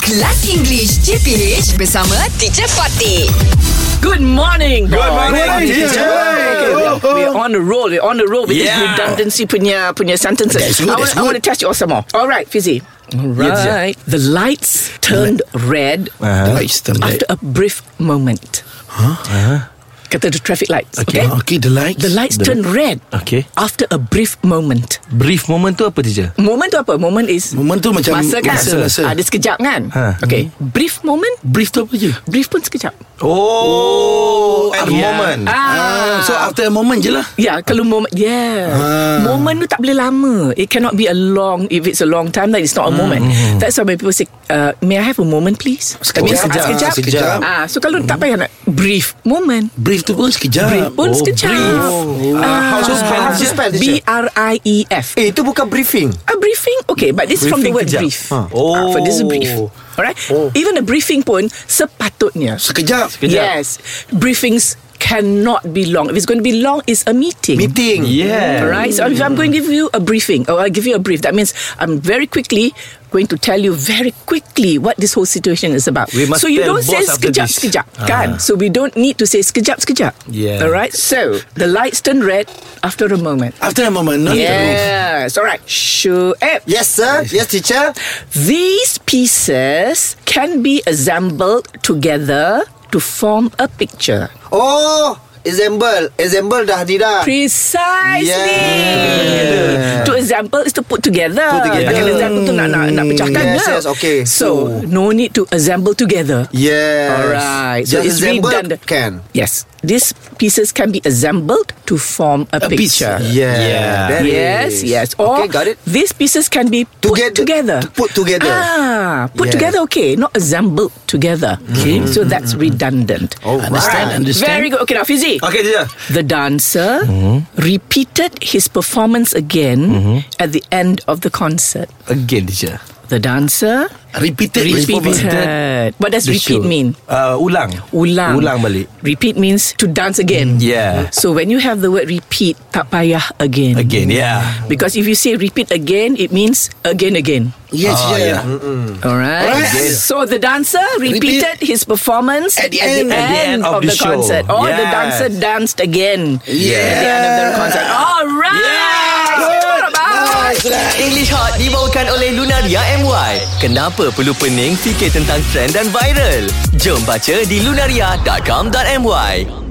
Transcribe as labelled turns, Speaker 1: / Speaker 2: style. Speaker 1: Kelas English CPH bersama Teacher Fatih.
Speaker 2: Good morning.
Speaker 3: Good morning, teacher.
Speaker 2: Okay, we are- we are on the roll. We're on the roll with this
Speaker 3: Yeah.
Speaker 2: redundancy punya punya sentences.
Speaker 3: That's good,
Speaker 2: I,
Speaker 3: that's
Speaker 2: want, I want to test you all some more. All right, Fizzy. All
Speaker 3: Yeah,
Speaker 2: The lights turned red
Speaker 3: Uh-huh.
Speaker 4: Lights turned red.
Speaker 2: after a brief moment. Huh? Kata the traffic lights.
Speaker 4: Okay.
Speaker 2: Okay.
Speaker 4: Ah, okay, the lights.
Speaker 2: The lights
Speaker 3: Uh-huh. The-
Speaker 2: turned red
Speaker 3: Okay.
Speaker 2: after a brief moment.
Speaker 3: Brief moment tu apa teacher?
Speaker 2: Moment tu apa? Moment is
Speaker 4: Moment tu macam
Speaker 2: masa kan?
Speaker 4: masa, masa.
Speaker 2: Ada sekejap kan?
Speaker 3: Ha.
Speaker 2: Okay. Brief moment.
Speaker 4: Brief tu apa je?
Speaker 2: Brief pun sekejap.
Speaker 3: Oh, at
Speaker 4: yeah.
Speaker 3: moment.
Speaker 4: Ah. So after a moment je lah.
Speaker 2: Ya, yeah, kalau moment yeah.
Speaker 4: Ah.
Speaker 2: Moment tu tak boleh lama. It cannot be a long if it's a long time then it's not a
Speaker 3: Hmm.
Speaker 2: moment. That's why when people say uh, may I have a moment please? That means
Speaker 4: Sekejap,
Speaker 2: sekejap.
Speaker 4: sekejap.
Speaker 2: Ah, so kalau
Speaker 3: Hmm.
Speaker 2: tak payah nak brief moment.
Speaker 4: Brief tu pun sekejap.
Speaker 2: Brief pun sekejap.
Speaker 3: Oh, how to
Speaker 2: Ah,
Speaker 3: spell, teacher?
Speaker 2: B R I E F.
Speaker 5: Eh, itu bukan briefing.
Speaker 2: A briefing, okay, but this is from the
Speaker 3: Briefing
Speaker 2: word
Speaker 3: kejap.
Speaker 2: brief.
Speaker 3: Ah.
Speaker 2: Ah, for this is brief.
Speaker 3: Oh.
Speaker 2: Alright? Even a briefing pun sepatutnya.
Speaker 4: Sekejap.
Speaker 3: Sekejap.
Speaker 2: Yes. Briefings cannot be long. If it's going to be long, it's a meeting.
Speaker 5: Meeting.
Speaker 3: Yeah.
Speaker 2: All right. So if I'm going to give you a briefing, or I give you a brief, that means I'm very quickly going to tell you very quickly what this whole situation is about.
Speaker 3: We must
Speaker 2: so you
Speaker 3: tell
Speaker 2: don't say
Speaker 3: boss after
Speaker 2: skejap
Speaker 3: this. Ah.
Speaker 2: skejap, can? So we don't need to say skejap skejap.
Speaker 3: Yeah.
Speaker 2: All right. So the lights turn red after a moment.
Speaker 4: After a moment. No need a brief.
Speaker 2: Yes. All right. Sure. Eh,
Speaker 5: Yes, sir. Yes, teacher.
Speaker 2: These pieces can be assembled together to form a picture.
Speaker 5: Oh, example. Example dah Dira.
Speaker 2: Precisely.
Speaker 5: Yeah.
Speaker 2: To example is to put together.
Speaker 5: Put together. Mm.
Speaker 2: Takkan example tu nak nak nak pecahkan
Speaker 5: Yes,
Speaker 2: ke?
Speaker 5: yes, okay.
Speaker 2: So, no need to assemble together.
Speaker 5: Yes.
Speaker 2: Alright. So
Speaker 5: Just
Speaker 2: it's
Speaker 5: example
Speaker 2: redundant.
Speaker 5: can.
Speaker 2: Yes. These pieces can be assembled to form a,
Speaker 4: piece.
Speaker 2: picture.
Speaker 5: Yeah.
Speaker 3: Yeah.
Speaker 5: that
Speaker 2: Yes,
Speaker 5: is.
Speaker 2: yes. Oh. Or
Speaker 5: okay, got it.
Speaker 2: these pieces can be put together.
Speaker 5: Together. Put together.
Speaker 2: Ah, put
Speaker 5: Yeah.
Speaker 2: together, okay. Not assembled together.
Speaker 5: Mm.
Speaker 2: Okay. So that's redundant.
Speaker 5: All
Speaker 4: Understand,
Speaker 5: right.
Speaker 4: understand.
Speaker 2: Very good. Okay, now Fizi.
Speaker 3: Okay teacher.
Speaker 2: The dancer repeated his performance again at the end of the concert.
Speaker 3: Again teacher.
Speaker 2: The dancer
Speaker 4: Repeated.
Speaker 2: repeated. What does
Speaker 3: The
Speaker 2: repeat
Speaker 3: show.
Speaker 2: mean?
Speaker 3: Uh, ulang.
Speaker 2: Ulang.
Speaker 3: Ulang balik.
Speaker 2: Repeat means to dance again.
Speaker 3: Yeah.
Speaker 2: So when you have the word repeat, tak payah again.
Speaker 3: Again. Yeah.
Speaker 2: Because if you say repeat again, it means again again.
Speaker 4: Yes,
Speaker 3: Ah,
Speaker 4: yeah.
Speaker 3: yeah.
Speaker 5: Hmm.
Speaker 2: All right.
Speaker 4: Alright.
Speaker 2: So the dancer repeated his performance
Speaker 4: At the end-
Speaker 2: at the end of, the,
Speaker 3: show.
Speaker 2: concert. Or the
Speaker 3: Yes.
Speaker 2: dancer danced again at the end of the concert. All right. What about-
Speaker 6: English Hot dibawakan oleh Lunaria MY. Kenapa perlu pening fikir tentang trend dan viral? Jom baca di lunaria.com.my.